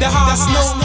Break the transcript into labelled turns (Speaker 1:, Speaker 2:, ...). Speaker 1: That's no